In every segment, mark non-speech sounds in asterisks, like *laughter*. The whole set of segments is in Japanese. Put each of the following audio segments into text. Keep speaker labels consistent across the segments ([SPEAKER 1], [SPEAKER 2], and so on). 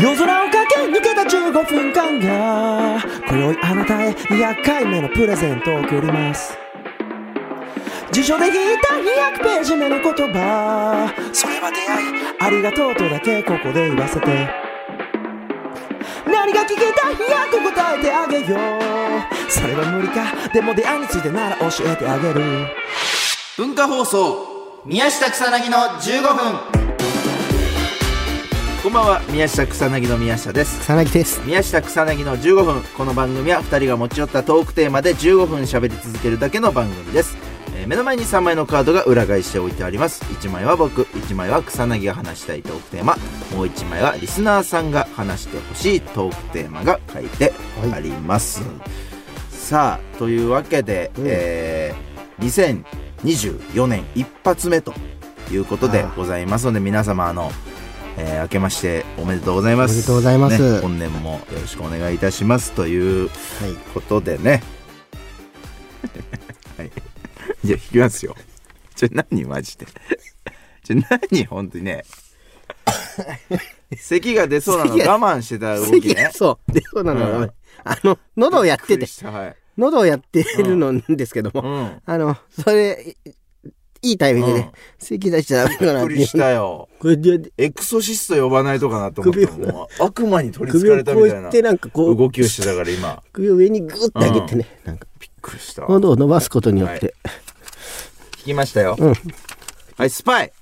[SPEAKER 1] 夜空を駆け抜けた15分間が今宵あなたへ200回目のプレゼントを贈ります辞書で引いた200ページ目の言葉それは出会いありがとうとだけここで言わせて何が聞きたいやと答えてあげようそれは無理かでも出会いについてなら教えてあげる
[SPEAKER 2] 文化放送宮下草薙の15分こんばんは宮下草薙の宮下です
[SPEAKER 3] 草薙です。
[SPEAKER 2] 宮下草薙の15分この番組は2人が持ち寄ったトークテーマで15分喋り続けるだけの番組です、えー目の前に3枚のカードが裏返して置いてあります1枚は僕1枚は草薙が話したいトークテーマもう1枚はリスナーさんが話してほしいトークテーマが書いてあります、さあというわけで、
[SPEAKER 3] うん
[SPEAKER 2] えー2024年一発目ということで
[SPEAKER 3] ああ
[SPEAKER 2] ございますので皆様あの、えー明けましておめでとうございます
[SPEAKER 3] おめでとうございます
[SPEAKER 2] ね本年もよろしくお願いいたしますという
[SPEAKER 3] はい。
[SPEAKER 2] ことでね *laughs* はいじゃあ引きますよちょ何マジでちょ何本当に
[SPEAKER 3] *laughs*
[SPEAKER 2] ね咳が出そうなの我慢してた動きね
[SPEAKER 3] そう。で、そうなの、
[SPEAKER 2] うん
[SPEAKER 3] あの、喉をやってて、
[SPEAKER 2] はい、
[SPEAKER 3] 喉をやってるのんですけども、
[SPEAKER 2] うん
[SPEAKER 3] あの、それ、いいいタイミングでね、咳出しちゃダメか
[SPEAKER 2] び
[SPEAKER 3] な
[SPEAKER 2] っ
[SPEAKER 3] っ
[SPEAKER 2] く
[SPEAKER 3] て
[SPEAKER 2] り
[SPEAKER 3] いう
[SPEAKER 2] したよ
[SPEAKER 3] これで
[SPEAKER 2] エクソシスト呼ばないとかなと思って
[SPEAKER 3] 首を
[SPEAKER 2] もう悪魔に取りつ
[SPEAKER 3] 首
[SPEAKER 2] か
[SPEAKER 3] を
[SPEAKER 2] れた
[SPEAKER 3] こ
[SPEAKER 2] み
[SPEAKER 3] う
[SPEAKER 2] たい
[SPEAKER 3] や
[SPEAKER 2] な
[SPEAKER 3] って、なんかこう、
[SPEAKER 2] 動きをしてたから今
[SPEAKER 3] 首を上にグーって上げてね、なんか、
[SPEAKER 2] びっくりした聞
[SPEAKER 3] 喉を伸ばすことによって、
[SPEAKER 2] きましたよ、
[SPEAKER 3] うん
[SPEAKER 2] はいスパイ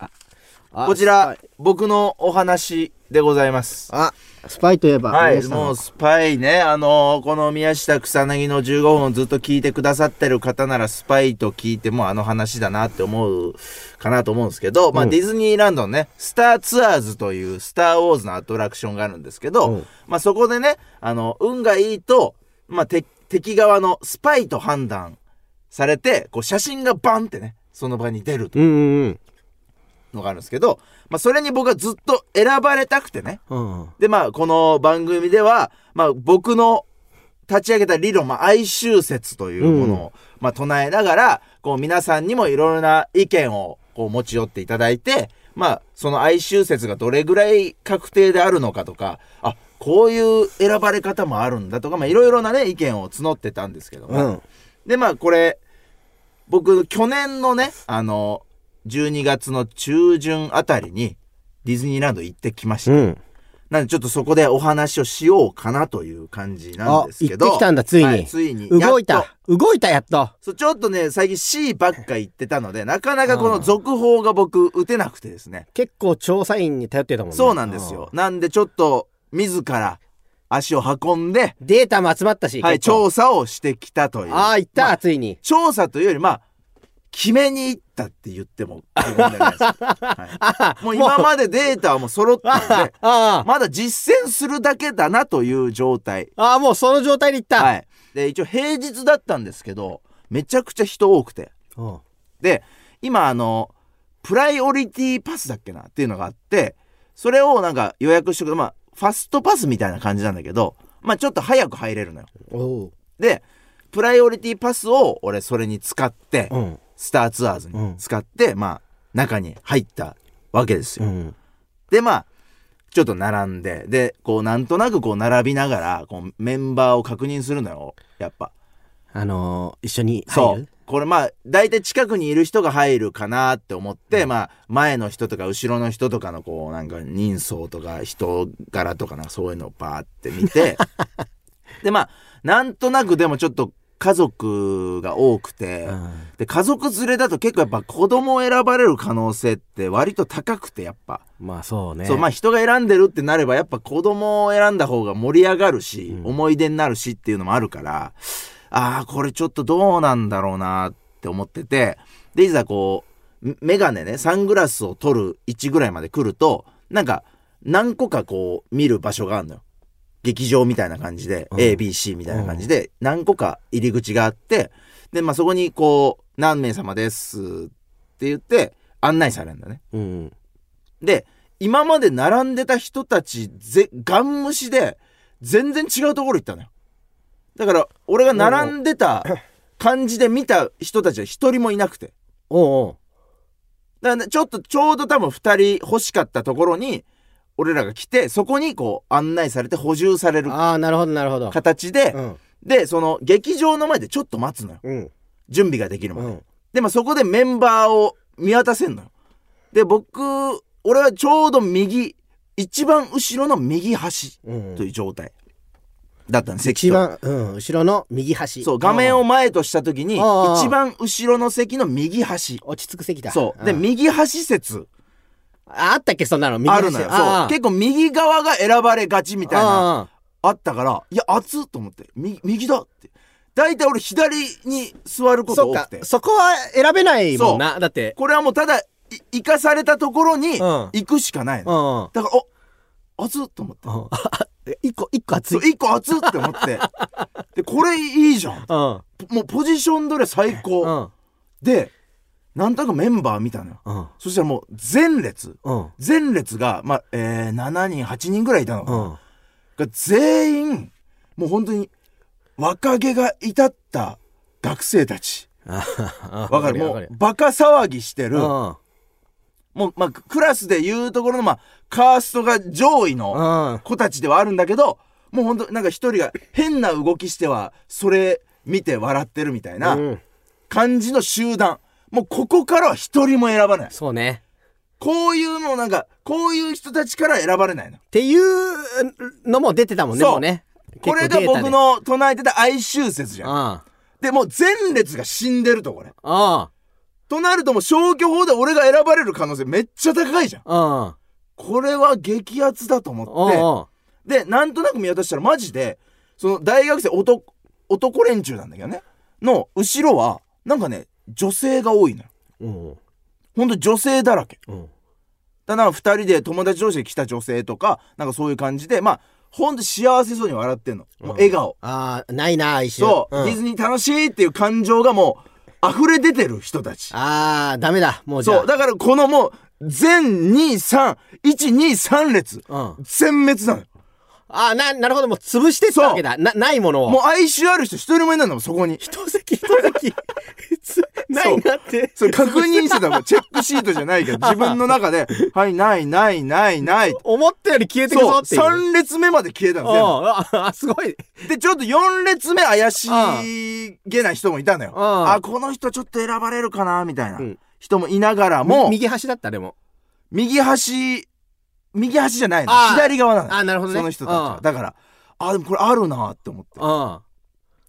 [SPEAKER 3] あ
[SPEAKER 2] こちら僕のお話でございます
[SPEAKER 3] あ、スパイといえば、
[SPEAKER 2] はい
[SPEAKER 3] 皆さん
[SPEAKER 2] もうスパイねあのーこの宮下草薙の15分をずっと聞いてくださってる方ならスパイと聞いてもあの話だなって思うかなと思うんですけど、まあディズニーランドのねスターツアーズというスター・ウォーズのアトラクションがあるんですけど、
[SPEAKER 3] うん
[SPEAKER 2] まあそこでねあの運がいいと、まあ、て敵側のスパイと判断されてこう写真がバンってねその場に出ると
[SPEAKER 3] うんうん
[SPEAKER 2] のがあるんですけど、まあ、それに僕はずっと選ばれたくてね
[SPEAKER 3] うん。うん。
[SPEAKER 2] でまあこの番組では、まあ、僕の立ち上げた理論、まあ、哀愁説というものを、まあ、唱えながらこう皆さんにもいろいろな意見をこう持ち寄っていただいて、まあ、その哀愁説がどれぐらい確定であるのかとかあこういう選ばれ方もあるんだとかまあいろいろなね意見を募ってたんですけども、
[SPEAKER 3] うん。
[SPEAKER 2] でまあこれ僕去年のねあの12月の中旬あたりにディズニーランド行ってきました、
[SPEAKER 3] うん。
[SPEAKER 2] なんでちょっとそこでお話をしようかなという感じなん
[SPEAKER 3] あ
[SPEAKER 2] で、す
[SPEAKER 3] 行
[SPEAKER 2] け
[SPEAKER 3] っ
[SPEAKER 2] ど
[SPEAKER 3] てきたんだ、ついに。
[SPEAKER 2] はいついに
[SPEAKER 3] 動い
[SPEAKER 2] やっと
[SPEAKER 3] た。動いた、やっと。
[SPEAKER 2] そうちょっとね最近 C ばっか言ってたのでなかなかこの続報が僕打てなくてですね
[SPEAKER 3] 結構調査員に頼ってたもんね。
[SPEAKER 2] そうなんですよなんでちょっと自ら足を運んで、
[SPEAKER 3] うん。データも集まったし、
[SPEAKER 2] はい、
[SPEAKER 3] 結構
[SPEAKER 2] 調査をしてきたという
[SPEAKER 3] ああ、行った、
[SPEAKER 2] まあ
[SPEAKER 3] ついに。
[SPEAKER 2] 調査というよりまあ決めに行ったって言っても過言ではないです、
[SPEAKER 3] *laughs*
[SPEAKER 2] はい、もう今までデータはもう揃ったので
[SPEAKER 3] ああ、
[SPEAKER 2] まだ実践するだけだなという状態
[SPEAKER 3] ああ、もうその状態で行った。
[SPEAKER 2] はいで一応平日だったんですけどめちゃくちゃ人多くて
[SPEAKER 3] うん
[SPEAKER 2] で今あのプライオリティパスだっけなっていうのがあってそれをなんか予約してくまあファストパスみたいな感じなんだけどまあちょっと早く入れるのよ
[SPEAKER 3] おう。
[SPEAKER 2] でプライオリティパスを俺それに使って、
[SPEAKER 3] うん。
[SPEAKER 2] スターツアーズに使って、まあ中に入ったわけですよ。
[SPEAKER 3] うん。
[SPEAKER 2] でまあちょっと並んででこうなんとなくこう並びながらこうメンバーを確認するのよやっぱ。
[SPEAKER 3] あのー、一緒に
[SPEAKER 2] そう
[SPEAKER 3] 入る。
[SPEAKER 2] これまあ大体近くにいる人が入るかなって思って、まあ前の人とか後ろの人とかのこうなんか人相とか人柄とかなんかそういうのをバーって見
[SPEAKER 3] *laughs*
[SPEAKER 2] てでまあなんとなくでもちょっと家族が多くて。
[SPEAKER 3] うん
[SPEAKER 2] で家族連れだと結構やっぱ子供を選ばれる可能性って割と高くてやっぱ、
[SPEAKER 3] まあそうね。
[SPEAKER 2] そうまあ人が選んでるってなればやっぱ子供を選んだ方が盛り上がるし、
[SPEAKER 3] うん
[SPEAKER 2] 思い出になるしっていうのもあるからああこれちょっとどうなんだろうなって思っててでいざこうメメガネねサングラスを取る位置ぐらいまで来るとなんか何個かこう見る場所があるのよ。劇場みたいな感じで、
[SPEAKER 3] うん
[SPEAKER 2] ABC みたいな感じで何個か入り口があってで、まあ、そこにこう「何名様です」って言って案内されるんだね。
[SPEAKER 3] うん。
[SPEAKER 2] で今まで並んでた人たちぜガン無視で全然違うところ行ったのよだから俺が並んでた感じで見た人たちは一人もいなくて
[SPEAKER 3] おうおう。
[SPEAKER 2] だからねちょっとちょうど多分2人欲しかったところに俺らが来て、そこにこう案内されて補充される
[SPEAKER 3] ああ、なるほど、なるほど。
[SPEAKER 2] 形で、
[SPEAKER 3] うん。
[SPEAKER 2] で、その劇場の前でちょっと待つのよ。
[SPEAKER 3] うん。
[SPEAKER 2] 準備ができるま
[SPEAKER 3] う
[SPEAKER 2] で。
[SPEAKER 3] ん。
[SPEAKER 2] で、まあ、そこでメンバーを見渡せんのよ。で、僕、俺はちょうど右、一番後ろの右端
[SPEAKER 3] うん
[SPEAKER 2] という状態だったんです、席
[SPEAKER 3] 一
[SPEAKER 2] と
[SPEAKER 3] 番、うん、後ろの右端。
[SPEAKER 2] そう、画面を前とした時に、
[SPEAKER 3] あー
[SPEAKER 2] 一番後ろの席の右端。
[SPEAKER 3] うん。落ち着く席だ。
[SPEAKER 2] そう。で、
[SPEAKER 3] ん
[SPEAKER 2] 右端説
[SPEAKER 3] ああったっけ、そんなの。右
[SPEAKER 2] あ
[SPEAKER 3] 端
[SPEAKER 2] るのよ。
[SPEAKER 3] あ
[SPEAKER 2] そ
[SPEAKER 3] あ
[SPEAKER 2] う。結構右側が選ばれがちみたいな。
[SPEAKER 3] ああ
[SPEAKER 2] あったから、いや、熱っと思って、右、右だって。大体俺左に座ること
[SPEAKER 3] そっ
[SPEAKER 2] 多
[SPEAKER 3] か
[SPEAKER 2] くて。
[SPEAKER 3] そこは選べないもんなだって
[SPEAKER 2] これはもうただ、い生かされたところに
[SPEAKER 3] ん
[SPEAKER 2] 行くしかないの。
[SPEAKER 3] ん *laughs*
[SPEAKER 2] だから、お熱っと思って。
[SPEAKER 3] 一個一個熱
[SPEAKER 2] そ、
[SPEAKER 3] いう
[SPEAKER 2] 一個熱っって思
[SPEAKER 3] *laughs*
[SPEAKER 2] って。で、これいいじゃん。
[SPEAKER 3] うん
[SPEAKER 2] もうポジションどれ最
[SPEAKER 3] う
[SPEAKER 2] 高。
[SPEAKER 3] ん
[SPEAKER 2] で、なんとなくメンバー見たのよ。
[SPEAKER 3] うん
[SPEAKER 2] そしたらもう前列。
[SPEAKER 3] うん
[SPEAKER 2] 前列が、まあ、えー、7人、8人ぐらいいたのかな。
[SPEAKER 3] うん
[SPEAKER 2] が全員もう本当に若気が至った学生たちわかるもうバカ騒ぎしてるも
[SPEAKER 3] も
[SPEAKER 2] う、まあ、クラスでいうところの、まあ、カーストが上位
[SPEAKER 3] う
[SPEAKER 2] の
[SPEAKER 3] んうん
[SPEAKER 2] 子たちではあるんだけどもう本当なんか一人が変な動きしてはそれ見て笑ってるみたいな
[SPEAKER 3] うん
[SPEAKER 2] 感じの集団もうここからは一人も選ばない
[SPEAKER 3] そうね
[SPEAKER 2] こういうのなんかこういう人たちから選ばれないの
[SPEAKER 3] っていうのも出てたもんね
[SPEAKER 2] そう
[SPEAKER 3] もうね
[SPEAKER 2] これが僕の唱えてた哀愁説じ
[SPEAKER 3] う
[SPEAKER 2] ゃん
[SPEAKER 3] ん
[SPEAKER 2] でもう前列が死んでるとこれ。
[SPEAKER 3] うん
[SPEAKER 2] となるともう消去法で俺が選ばれる可能性めっちゃ高いじゃん。
[SPEAKER 3] うんうん
[SPEAKER 2] これは激アツだと思って。で、なんとなく見渡したらマジで、その大学生男、男連中なんだけどね。の後ろは、なんかね、女性が多いのよ。
[SPEAKER 3] うん
[SPEAKER 2] ほんと女性だらけ。
[SPEAKER 3] うん
[SPEAKER 2] だから二人で友達同士で来た女性とか、なんかそういう感じで、まあ、ほんと幸せそうに笑ってんの。もう笑顔。
[SPEAKER 3] ああないな一緒
[SPEAKER 2] そう、ディズニー楽しいっていう感情がもう溢れ出てる人たち。
[SPEAKER 3] ああダメだもうじゃあ
[SPEAKER 2] そう、だからこのもう、全2、3、1、2、3列、
[SPEAKER 3] うん
[SPEAKER 2] 全滅なのよ。
[SPEAKER 3] ああななるほどもう潰してったわけだなないものを
[SPEAKER 2] もう哀愁ある人一人もいないのもんそこに。
[SPEAKER 3] 一席一席つないなって
[SPEAKER 2] それ確認してたもん。チェックシートじゃない
[SPEAKER 3] *laughs*
[SPEAKER 2] けど、自分の中で、はい、ない、ない、ない、ない。
[SPEAKER 3] 思ったより消えてく
[SPEAKER 2] そ
[SPEAKER 3] ぞ
[SPEAKER 2] う、
[SPEAKER 3] っていう
[SPEAKER 2] 3列目まで消えた
[SPEAKER 3] うん
[SPEAKER 2] の
[SPEAKER 3] ああすごい
[SPEAKER 2] 全部で、ちょっと4列目怪しげな人もいたのよ。
[SPEAKER 3] うん
[SPEAKER 2] あ、この人ちょっと選ばれるかな、みたいな
[SPEAKER 3] うん
[SPEAKER 2] 人もいながら
[SPEAKER 3] もう
[SPEAKER 2] も、
[SPEAKER 3] 右端だったでも
[SPEAKER 2] 右端、右端じゃないの。
[SPEAKER 3] あー
[SPEAKER 2] 左側なのよ。
[SPEAKER 3] あなるほどね
[SPEAKER 2] その人たちは。だから、あ、でもこれあるなって思って。
[SPEAKER 3] うん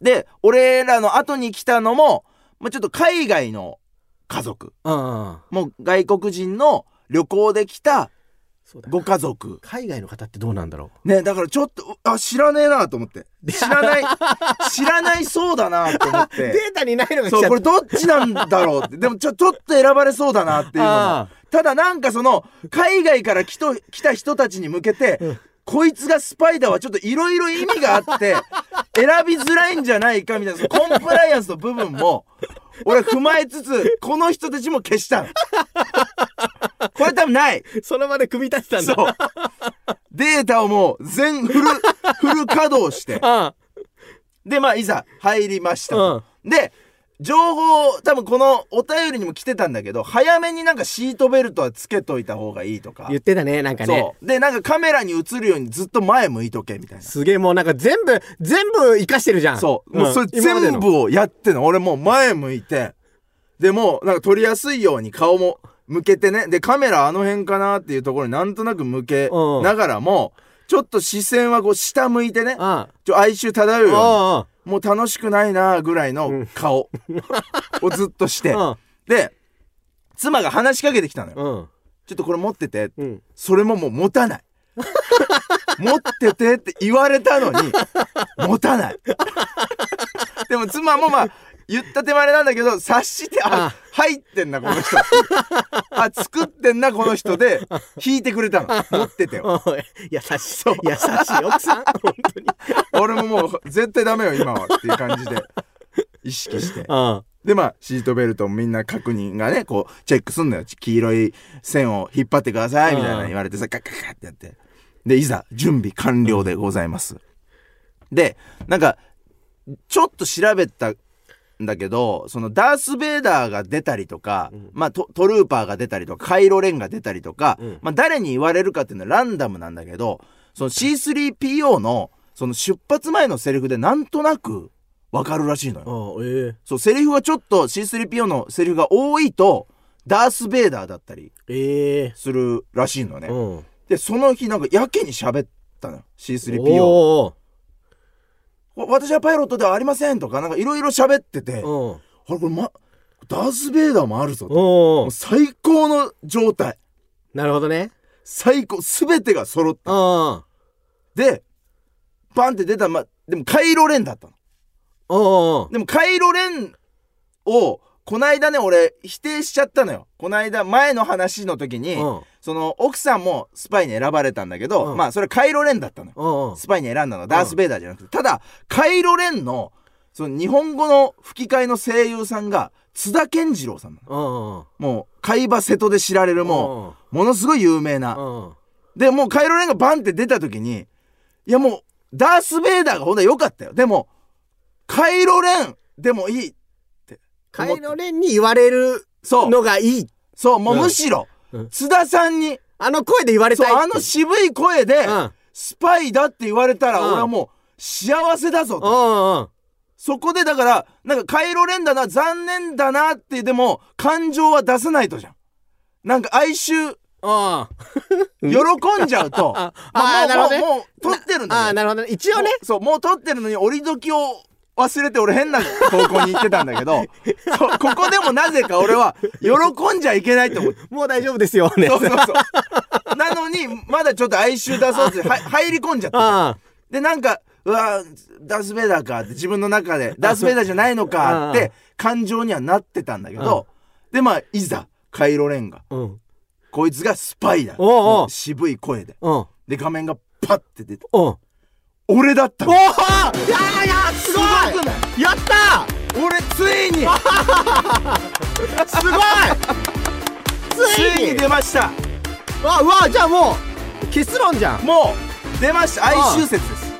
[SPEAKER 2] で、俺らの後に来たのも、まあ、ちょっと海外の家族。
[SPEAKER 3] うんうん
[SPEAKER 2] もう外国人の旅行で来た
[SPEAKER 3] そうだ
[SPEAKER 2] ご家族。
[SPEAKER 3] 海外の方ってどうなんだろ
[SPEAKER 2] ね、だからちょっと、あ、知らねえなと思って。知ら
[SPEAKER 3] *laughs*
[SPEAKER 2] ない、知らないそうだなと思っ
[SPEAKER 3] うデ
[SPEAKER 2] て。
[SPEAKER 3] ータにないのが来ちゃ
[SPEAKER 2] そ
[SPEAKER 3] っ
[SPEAKER 2] う、
[SPEAKER 3] た
[SPEAKER 2] これどっちなんだろうって。でもちょ、ちょっと選ばれそうだなっていうの
[SPEAKER 3] あ
[SPEAKER 2] も。ただなんかその、海外から来と来た人たちに向けて、こいつがスパイダーはちょっといろいろ意味があ
[SPEAKER 3] *laughs*
[SPEAKER 2] って、選びづらいんじゃないかみたいな、そのコンプライアンスの部分も、俺は踏まえつつ、この人たちも消したの。これ多分ない。
[SPEAKER 3] その場で組み立てたん
[SPEAKER 2] そ
[SPEAKER 3] だ
[SPEAKER 2] う。データをもう全
[SPEAKER 3] *laughs*
[SPEAKER 2] フル、フル稼働して。で、まあ、いざ入りましたと。で、情報、多分このお便りにも来てたんだけど、早めになんかシートベルトはつけといた方がいいとか
[SPEAKER 3] 言。ってたねなんかね
[SPEAKER 2] そう。で、なんかカメラに映るようにずっと前向いとけみたいな。
[SPEAKER 3] すげえもうなんか全部全部生かしてるじゃん
[SPEAKER 2] そう。もうそれ
[SPEAKER 3] 今までの
[SPEAKER 2] 全部をやってんの。俺もう前向いて。で、もうなんか撮りやすいように顔も向けてね。で、カメラあの辺かなっていうところになんとなく向け
[SPEAKER 3] うん
[SPEAKER 2] ながらも、ちょっと視線はこう下向いてね。
[SPEAKER 3] あ
[SPEAKER 2] ちょ、哀愁漂う
[SPEAKER 3] あ
[SPEAKER 2] よう
[SPEAKER 3] あ
[SPEAKER 2] に。もう楽しくないなぐらいの
[SPEAKER 3] *laughs*
[SPEAKER 2] 顔をずっとして。
[SPEAKER 3] あ
[SPEAKER 2] で、妻が話しかけてきたのよ。
[SPEAKER 3] うん
[SPEAKER 2] ちょっとこれ持ってて。
[SPEAKER 3] うん
[SPEAKER 2] それももう持たない。持っててって言われたのに、持たない。でも妻もまあ、言った手前なんだけど、察して、あ、
[SPEAKER 3] あ
[SPEAKER 2] 入ってんな、この人。あ、作ってんな、この人で、引いてくれたの。持っててよ。
[SPEAKER 3] おい優しそう優しい
[SPEAKER 2] *laughs*
[SPEAKER 3] 奥さん本当に
[SPEAKER 2] 俺ももう、絶対ダメよ、今は。っていう感じで、意識して。で、まあ、シートベルトもみんな確認がね、こう、チェックすんのよ。黄色い線を引っ張ってください、みたいなの言われてさ、ガッガッガッってやって。で、いざ、準備完了でございます。で、なんか、ちょっと調べたんだけど、そのダース・ベイダーが出たりとか、
[SPEAKER 1] うん
[SPEAKER 2] まあトトルーパーが出たりとか、カイロ・レンが出たりとか、
[SPEAKER 1] うん
[SPEAKER 2] まあ誰に言われるかっていうのはランダムなんだけど、その C3PO のその出発前のセリフでなんとなくわかるらしいのよ。
[SPEAKER 1] ああえ
[SPEAKER 2] そう、セリフがちょっと C3PO のセリフが多いと、ダース・ベイダーだったり
[SPEAKER 1] ええ
[SPEAKER 2] するらしいの
[SPEAKER 1] え
[SPEAKER 2] ね。
[SPEAKER 1] うん
[SPEAKER 2] で、その日なんかやけに喋ったのよ、C3PO。
[SPEAKER 1] お
[SPEAKER 2] わ私はパイロットではありませんとか、なんかいろいろ喋ってて、
[SPEAKER 1] ーおー
[SPEAKER 2] あれこれま、ダース・ベイダーもあるぞと。
[SPEAKER 1] お
[SPEAKER 2] もう
[SPEAKER 1] ー
[SPEAKER 2] 最高の状態。
[SPEAKER 1] なるほどね
[SPEAKER 2] 最高。すべてが揃っ
[SPEAKER 1] あ
[SPEAKER 2] て、バンって出た、ま、でもカイロレンだったの。
[SPEAKER 1] あおー
[SPEAKER 2] でもカイロレンを、こないだね、俺、否定しちゃったのよ。こないだ、前の話の時に、
[SPEAKER 1] おー
[SPEAKER 2] その、奥さんもスパイに選ばれたんだけど、
[SPEAKER 1] うん
[SPEAKER 2] まあ、それカイロレンだったのよ。
[SPEAKER 1] おー
[SPEAKER 2] スパイに選んだのはダース・ベイダーじゃなくて、ただ、カイロレンの、その日本語の吹き替えの声優さんが、津田健次郎さんなの。
[SPEAKER 1] お
[SPEAKER 2] もう、海馬瀬戸で知られる
[SPEAKER 1] ー
[SPEAKER 2] もう、ものすごい有名
[SPEAKER 1] う
[SPEAKER 2] な。
[SPEAKER 1] ん
[SPEAKER 2] で、もうカイロレンがバンって出た時に、いやもう、ダース・ベイダーがほんと良かったよ。でも、カイロレンでもいい。
[SPEAKER 3] カイロレンに言われる
[SPEAKER 2] そう、
[SPEAKER 3] のがいい。
[SPEAKER 2] そう、もううんむしろ、
[SPEAKER 1] うん
[SPEAKER 2] 津田さんに、
[SPEAKER 3] あの声で言われ
[SPEAKER 2] そ
[SPEAKER 3] たい。
[SPEAKER 2] う、あの渋い声で、
[SPEAKER 1] うん
[SPEAKER 2] スパイだって言われたら、
[SPEAKER 1] うん
[SPEAKER 2] 俺はもう、幸せだぞと。
[SPEAKER 1] おー
[SPEAKER 2] そこでだから、なんかカイロレンだな、残念だなって、でも、感情は出さないとじゃん。なんか哀愁、
[SPEAKER 1] おー
[SPEAKER 2] 喜んじゃう
[SPEAKER 3] *laughs*
[SPEAKER 2] と。
[SPEAKER 1] あ
[SPEAKER 2] ま
[SPEAKER 3] あーなる
[SPEAKER 2] も
[SPEAKER 3] ほ
[SPEAKER 2] う、
[SPEAKER 3] どね
[SPEAKER 2] もう、もう取ってるんだ
[SPEAKER 3] あ
[SPEAKER 2] よ
[SPEAKER 3] あ、。なるほどね。一応ね。
[SPEAKER 2] そう、もう撮ってるのに折り時を忘れて俺変な方向に行ってたんだけ
[SPEAKER 3] *laughs*
[SPEAKER 2] ど、そうここでもなぜか俺は喜んじゃいけないと
[SPEAKER 3] *laughs*
[SPEAKER 2] 思って。
[SPEAKER 3] もう大丈夫ですよ。ね
[SPEAKER 2] そうそうそう。なのに、まだちょっと哀愁出そうっては入り込んじゃった。
[SPEAKER 1] あ
[SPEAKER 2] で、なんか、うわダース・ベイダーかって自分の中で、ダース・ベイダーじゃないのかって感情にはなってたんだけど、で、まあ、いざ、カイロレンが、
[SPEAKER 1] ーうん
[SPEAKER 2] こいつがスパイだ。
[SPEAKER 1] おうおう
[SPEAKER 2] もう渋い声で。
[SPEAKER 1] うん
[SPEAKER 2] で、画面がパッて出て、
[SPEAKER 1] おー
[SPEAKER 2] 俺だったの
[SPEAKER 3] おおいやーいやーすご
[SPEAKER 2] すごくない
[SPEAKER 3] いやった
[SPEAKER 2] 俺、ついに
[SPEAKER 3] ーすご
[SPEAKER 2] つ
[SPEAKER 3] いつい
[SPEAKER 2] い
[SPEAKER 3] に
[SPEAKER 2] に出ました
[SPEAKER 3] わうわじゃあもう結論じゃん
[SPEAKER 2] もう出ました哀愁説です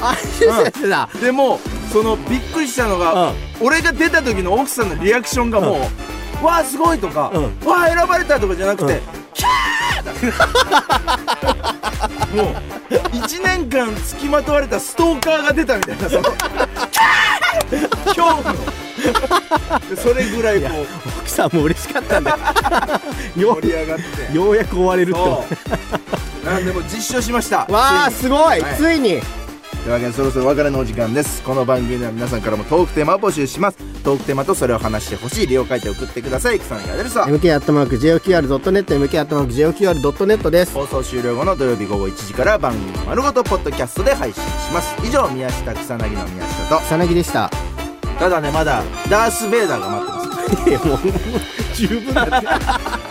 [SPEAKER 3] あ先生だ
[SPEAKER 2] でもうそのびっくりしたのが、
[SPEAKER 1] うん
[SPEAKER 2] 俺が出た時の奥さんのリアクションがもう「わあすごい」とか「
[SPEAKER 1] うん
[SPEAKER 2] わあ選ばれた」とかじゃなくて「
[SPEAKER 1] うん
[SPEAKER 2] キャー!」もう1年間付きまとわれたストーカーが出たみたいなその「キャー!」恐怖のそれぐらいこう
[SPEAKER 3] 奥さんも嬉し
[SPEAKER 2] *laughs*
[SPEAKER 3] かったんだよ
[SPEAKER 2] 盛り上がって
[SPEAKER 3] ようやく終われるって
[SPEAKER 2] そ
[SPEAKER 3] わ
[SPEAKER 2] うなんでもう実証しました
[SPEAKER 3] あすごい
[SPEAKER 2] はい
[SPEAKER 3] ついに
[SPEAKER 2] というわけでそろそろお別れのお時間ですこの番組では皆さんからもトークテーマを募集しますトークテーマとそれを話してほしい理由を書いて送ってください草薙アデルさん
[SPEAKER 3] mk.joqr.net mk.joqr.net です
[SPEAKER 2] 放送終了後の土曜日午後1時から番組丸ごとポッドキャストで配信します以上宮下草薙の宮下と
[SPEAKER 3] 草薙でした
[SPEAKER 2] ただねまだダース・ベイダーが待ってます
[SPEAKER 3] いやもう十分だって